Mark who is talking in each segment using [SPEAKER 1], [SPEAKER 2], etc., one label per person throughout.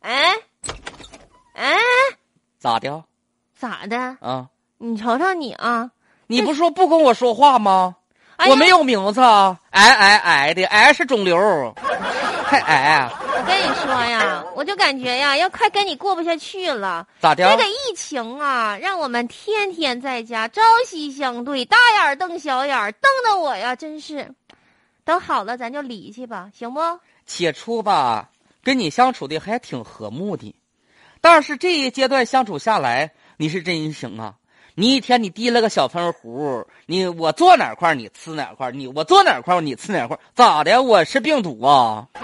[SPEAKER 1] 哎
[SPEAKER 2] 咋的
[SPEAKER 1] 咋的？
[SPEAKER 2] 啊？
[SPEAKER 1] 你瞅瞅你啊！
[SPEAKER 2] 你不是说不跟我说话吗？
[SPEAKER 1] 哎呀
[SPEAKER 2] 我没有名字啊，癌癌癌的，癌是肿瘤，啊还癌
[SPEAKER 1] 我跟你说呀，我就感觉呀，要快跟你过不下去了。
[SPEAKER 2] 咋的？
[SPEAKER 1] 这个疫情啊，让我们天天在家朝夕相对，大眼儿瞪小眼儿，瞪得我呀，真是。等好了，咱就离去吧，行不？
[SPEAKER 2] 起初吧，跟你相处的还挺和睦的，但是这一阶段相处下来，你是真行啊！你一天你提了个小喷壶，你我坐哪块儿你呲哪块儿，你我坐哪块儿你呲哪块儿，咋的？我是病毒啊？
[SPEAKER 1] 不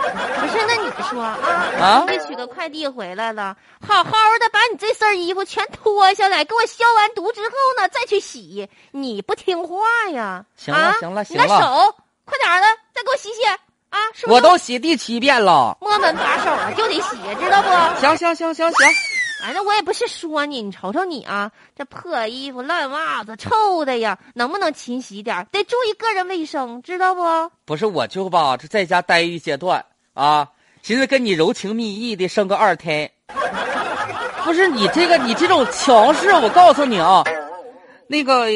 [SPEAKER 1] 是，那你说
[SPEAKER 2] 啊
[SPEAKER 1] 啊，你取个快递回来了，好好的把你这身衣服全脱下来，给我消完毒之后呢，再去洗。你不听话呀？
[SPEAKER 2] 行了
[SPEAKER 1] 啊
[SPEAKER 2] 行了
[SPEAKER 1] 你那
[SPEAKER 2] 行了
[SPEAKER 1] 手快点儿的，再给我洗洗啊！是不
[SPEAKER 2] 我
[SPEAKER 1] 是
[SPEAKER 2] 都洗第七遍了。
[SPEAKER 1] 摸门把手了，就得洗，知道不？
[SPEAKER 2] 行行行行行，
[SPEAKER 1] 反正我也不是说你，你瞅瞅你啊，这破衣服、烂袜子，臭的呀，能不能勤洗点儿？得注意个人卫生，知道不？
[SPEAKER 2] 不是我就吧，这在家待一阶段啊，寻思跟你柔情蜜意的生个二胎。 不是你这个你这种强势，我告诉你啊，那个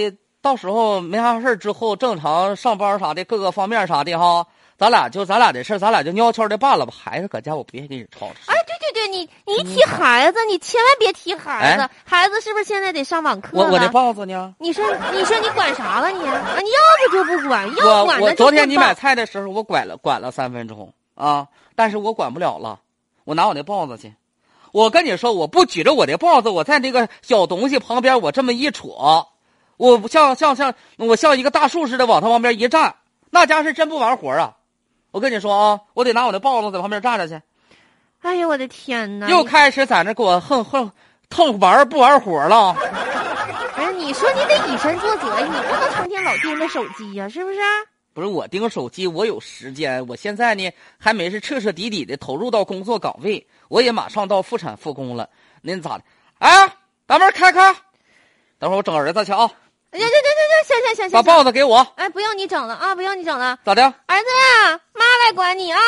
[SPEAKER 2] 到时候没啥事儿之后，正常上班啥的，各个方面啥的哈，咱俩就咱俩的事儿咱俩就悄悄的办了吧。孩子搁家我不愿意跟你吵吵
[SPEAKER 1] 哎。，对对对，你你一提孩子，你千万别提孩子，
[SPEAKER 2] 哎
[SPEAKER 1] 孩子是不是现在得上网课
[SPEAKER 2] 我
[SPEAKER 1] 了？
[SPEAKER 2] 我的棒子呢？
[SPEAKER 1] 你说你说你管啥了你？啊，你要不就不管，要
[SPEAKER 2] 我
[SPEAKER 1] 管
[SPEAKER 2] 我
[SPEAKER 1] 那就
[SPEAKER 2] 昨天你
[SPEAKER 1] 棍
[SPEAKER 2] 买
[SPEAKER 1] 棒
[SPEAKER 2] 菜的时候，我拐了管了三分钟啊，但是我管不了了，我拿我那棒子去。我跟你说，我不举着我的棒子，我在这个小东西旁边，我这么一戳，我不像像像我像一个大树似的往它旁边一站，那家是真不玩活啊！我跟你说啊，我得拿我那棒子在旁边站着去。
[SPEAKER 1] 哎呀，我的天哪！
[SPEAKER 2] 又
[SPEAKER 1] 你
[SPEAKER 2] 开始在那给我横横横玩不玩火了。
[SPEAKER 1] 哎，你说你得以身作则，你不能成天老盯着手机呀、是不是？
[SPEAKER 2] 不是我盯手机，我有时间。我现在呢，还没是彻彻底底的投入到工作岗位，我也马上到复产复工了。那咋的？哎，咱们开开，等会儿我整儿子去啊，
[SPEAKER 1] 哎呀，这这这这，行行行
[SPEAKER 2] 把
[SPEAKER 1] 行行，
[SPEAKER 2] 棒子给我，
[SPEAKER 1] 哎，不用你整了啊，不用你整了，
[SPEAKER 2] 咋的？
[SPEAKER 1] 儿子呀，妈来管你啊，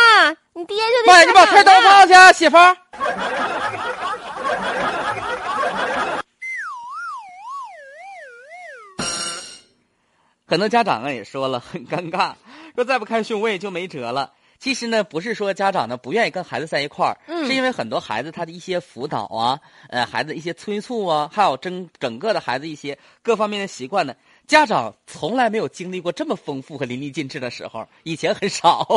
[SPEAKER 1] 你爹就
[SPEAKER 2] 妈，
[SPEAKER 1] 得
[SPEAKER 2] 你把菜
[SPEAKER 1] 上场
[SPEAKER 2] 刀
[SPEAKER 1] 了
[SPEAKER 2] 放下，媳妇儿。很多家长啊也说了，很尴尬，说再不开胸我也就没辙了。其实呢，不是说家长呢不愿意跟孩子在一块儿，
[SPEAKER 1] 嗯
[SPEAKER 2] 是因为很多孩子他的一些辅导啊，呃，孩子一些催促啊，还有整整个的孩子一些各方面的习惯呢，家长从来没有经历过这么丰富和淋漓尽致的时候，以前很少。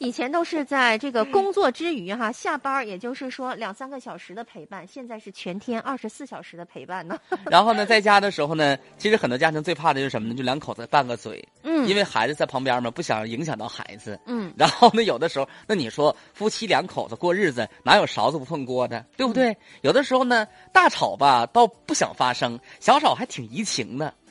[SPEAKER 1] 以前都是在这个工作之余哈，下班儿也就是说两三个小时的陪伴，现在是全天二十四小时的陪伴呢。
[SPEAKER 2] 然后呢，在家的时候呢，其实很多家庭最怕的就是什么呢？就两口子拌个嘴，
[SPEAKER 1] 嗯
[SPEAKER 2] 因为孩子在旁边嘛，不想影响到孩子。
[SPEAKER 1] 嗯，
[SPEAKER 2] 然后呢，有的时候，那你说夫妻两口子过日子，哪有勺子不碰锅的，对不对？有的时候呢，大吵吧，倒不想发生，小吵还挺怡情的。